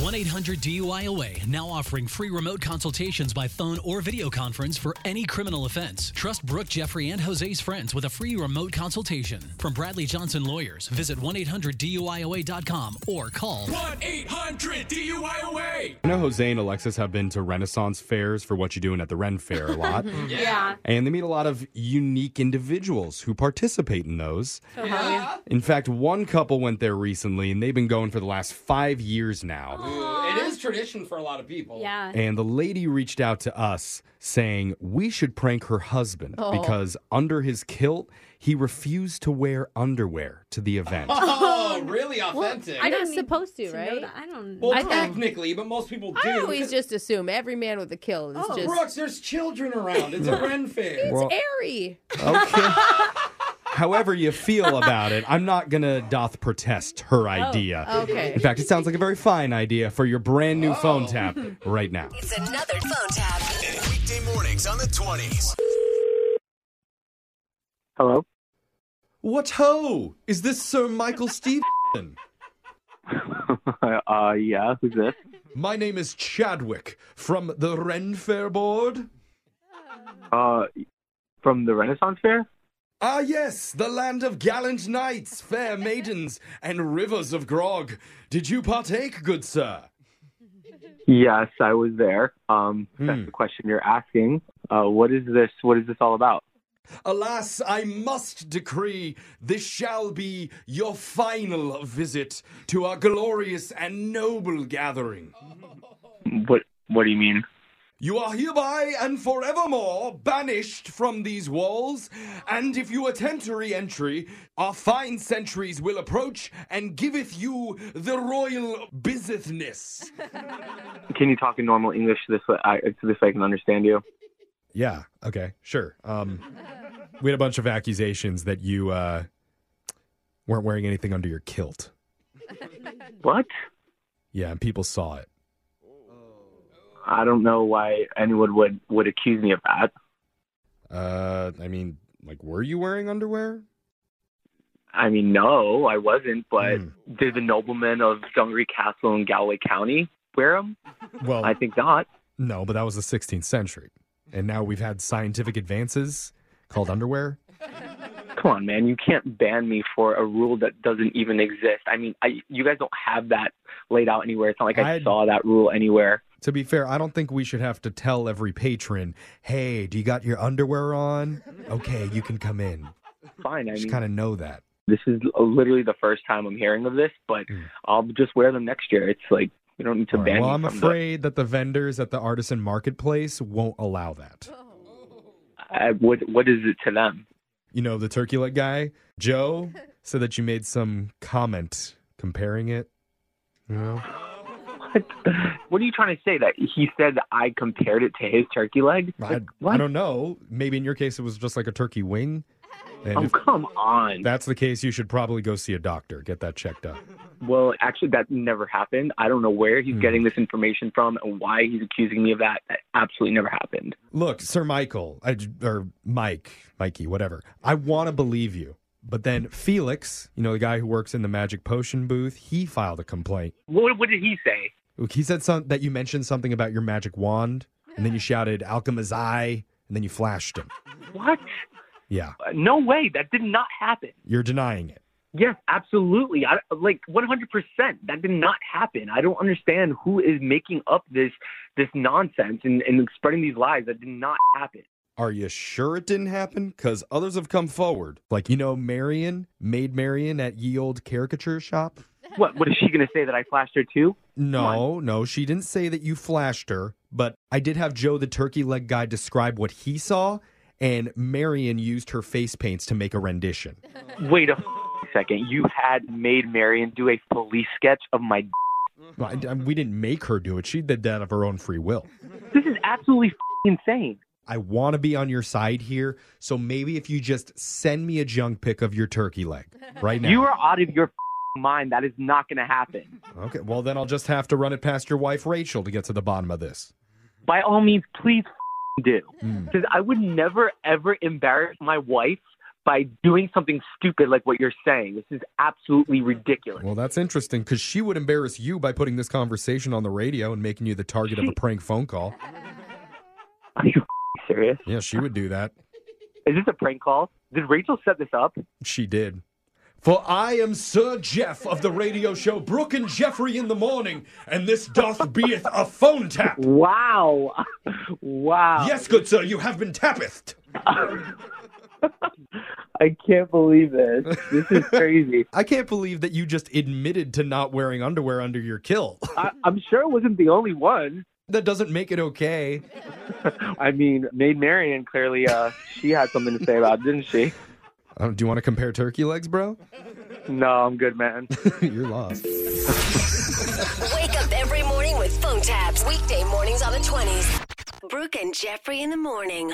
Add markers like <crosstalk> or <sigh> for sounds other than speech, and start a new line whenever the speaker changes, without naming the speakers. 1 800 DUIOA now offering free remote consultations by phone or video conference for any criminal offense. Trust Brooke, Jeffrey, and Jose's friends with a free remote consultation. From Bradley Johnson Lawyers, visit 1 800 DUIOA.com or call
1 800 DUIOA.
I know Jose and Alexis have been to Renaissance fairs for what you're doing at the Ren Fair a lot.
Yeah.
And they meet a lot of unique individuals who participate in those. In fact, one couple went there recently and they've been going for the last five years now.
It is tradition for a lot of people.
Yeah.
And the lady reached out to us saying we should prank her husband because under his kilt, he refused to wear underwear to the event.
Oh, really authentic.
I
don't
Not
need
supposed to,
know
right?
that. I don't know.
well,
I think-
technically, but most people do.
I always just assume every man with a kill is just
Brooks, there's children around. It's
<laughs>
a Ren fair.
Well,
airy.
okay. However you feel about it, I'm not gonna doth protest her idea.
okay.
In fact, it sounds like a very fine idea for your brand new
Oh.
phone tap right now.
It's another phone tap.
Weekday mornings on the 20s.
Hello. <laughs>
What ho! Is this Sir Michael Stevenson?
uh, yeah. Who's this?
My name is Chadwick from the Ren Fair Board.
Uh, from the Renaissance Fair.
Ah, yes, the land of gallant knights, fair maidens, and rivers of grog. Did you partake, good sir?
Yes, I was there. Um, if
Hmm.
that's the question you're asking. Uh, what is this? What is this all about?
Alas, I must decree this shall be your final visit to our glorious and noble gathering.
What What do you mean?
You are hereby and forevermore banished from these walls, and if you attempt to re entry, our fine sentries will approach and giveth you the royal business.
Can you talk in normal English so this way I, so this way I can understand you?
<laughs> Yeah. Okay. Sure. Um, we had a bunch of accusations that you uh, weren't wearing anything under your kilt.
What?
Yeah, and people saw it.
I don't know why anyone would would accuse me of that.
Uh, I mean, like, were you wearing underwear?
I mean, no, I wasn't. But
Hmm.
did the noblemen of Dungaree Castle in Galway County wear them?
Well,
I think not.
no, but that was the 16th century, and now we've had scientific advances called underwear.
Come on, man. You can't ban me for a rule that doesn't even exist. I mean, I, you guys don't have that laid out anywhere. It's not like I,
I-
saw that rule anywhere.
To be fair, I don't think we should have to tell every patron, "Hey, do you got your underwear on?" Okay, you can come in.
Fine.
You
I mean,
should kind of know that.
this is literally the first time I'm hearing of this, but I'll just wear them next year. It's like you don't need to
Hmm. All right,
ban
well,
me.
I'm
from the-
afraid that the vendors at the artisan marketplace won't allow that.
I, what, what is it to them?
You know, the turkey leg guy, Joe, said that you made some comment comparing it. You know?
What are you trying to say? That he said that I compared it to his turkey leg?
I,
Like,
I
what?
don't know. Maybe in your case, it was just like a turkey wing. And
Oh
if
come on!
that's the case, you should probably go see a doctor, get that checked out.
well, actually, that never happened. I don't know where
Hmm.
he's getting this information from and why he's accusing me of that. That absolutely never happened.
Look, Sir Michael, I, or Mike, Mikey, whatever, I want to believe you. But then Felix, you know, the guy who works in the magic potion booth, he filed a complaint.
What, what did he say?
He said some, that you mentioned something about your magic wand, and then you shouted "Alchemizai," and then you flashed him.
What?
Yeah,
No way. That did not happen.
you're denying it.
Yes, absolutely. I, like 100%. That did not happen. I don't understand who is making up this this nonsense and, and spreading these lies. That did not happen.
Are you sure it didn't happen? Because others have come forward. Like, you know, Marion, Maid Marion at Ye Old Caricature Shop?
What? What is she going to say that I flashed her too?
No, no, she didn't say that you flashed her, but I did have Joe the turkey leg guy describe what he saw, and Marion used her face paints to make a rendition.
Wait a second. You had made Marion do a police sketch of my. D-
Well, I- I- we didn't make her do it, she did that of her own free will.
this is absolutely insane.
I want to be on your side here. So maybe if you just send me a junk pic of your turkey leg right now.
You are out of your mind. That is not going to happen.
okay, well, then I'll just have to run it past your wife, Rachel, to get to the bottom of this.
by all means, please do. Because I would never, ever embarrass my wife by doing something stupid like what you're saying. This is absolutely ridiculous.
Well, that's interesting because she would embarrass you by putting this conversation on the radio and making you the target of a prank phone call.
Are you serious?
Yeah, she would do that.
Is this a prank call? Did Rachel set this up?
She did.
For I am Sir Jeff of the radio show Brooke and Jeffrey in the morning, and this doth beeth a phone tap.
Wow. <laughs> Wow.
Yes, good sir, you have been tappethed.
I can't believe this. This is crazy. <laughs>
I can't believe that you just admitted to not wearing underwear under your kill.
I, I'm sure it wasn't the only one.
<laughs> that doesn't make it okay.
I mean, Maid Marian clearly, uh, she had something to say about it, didn't she?
Uh,
Um, do you want to compare turkey
<laughs>
legs, bro?
No, I'm good, man.
You're lost.
Wake up every morning with phone taps. Weekday mornings on the 20s. Brooke and Jeffrey in the morning.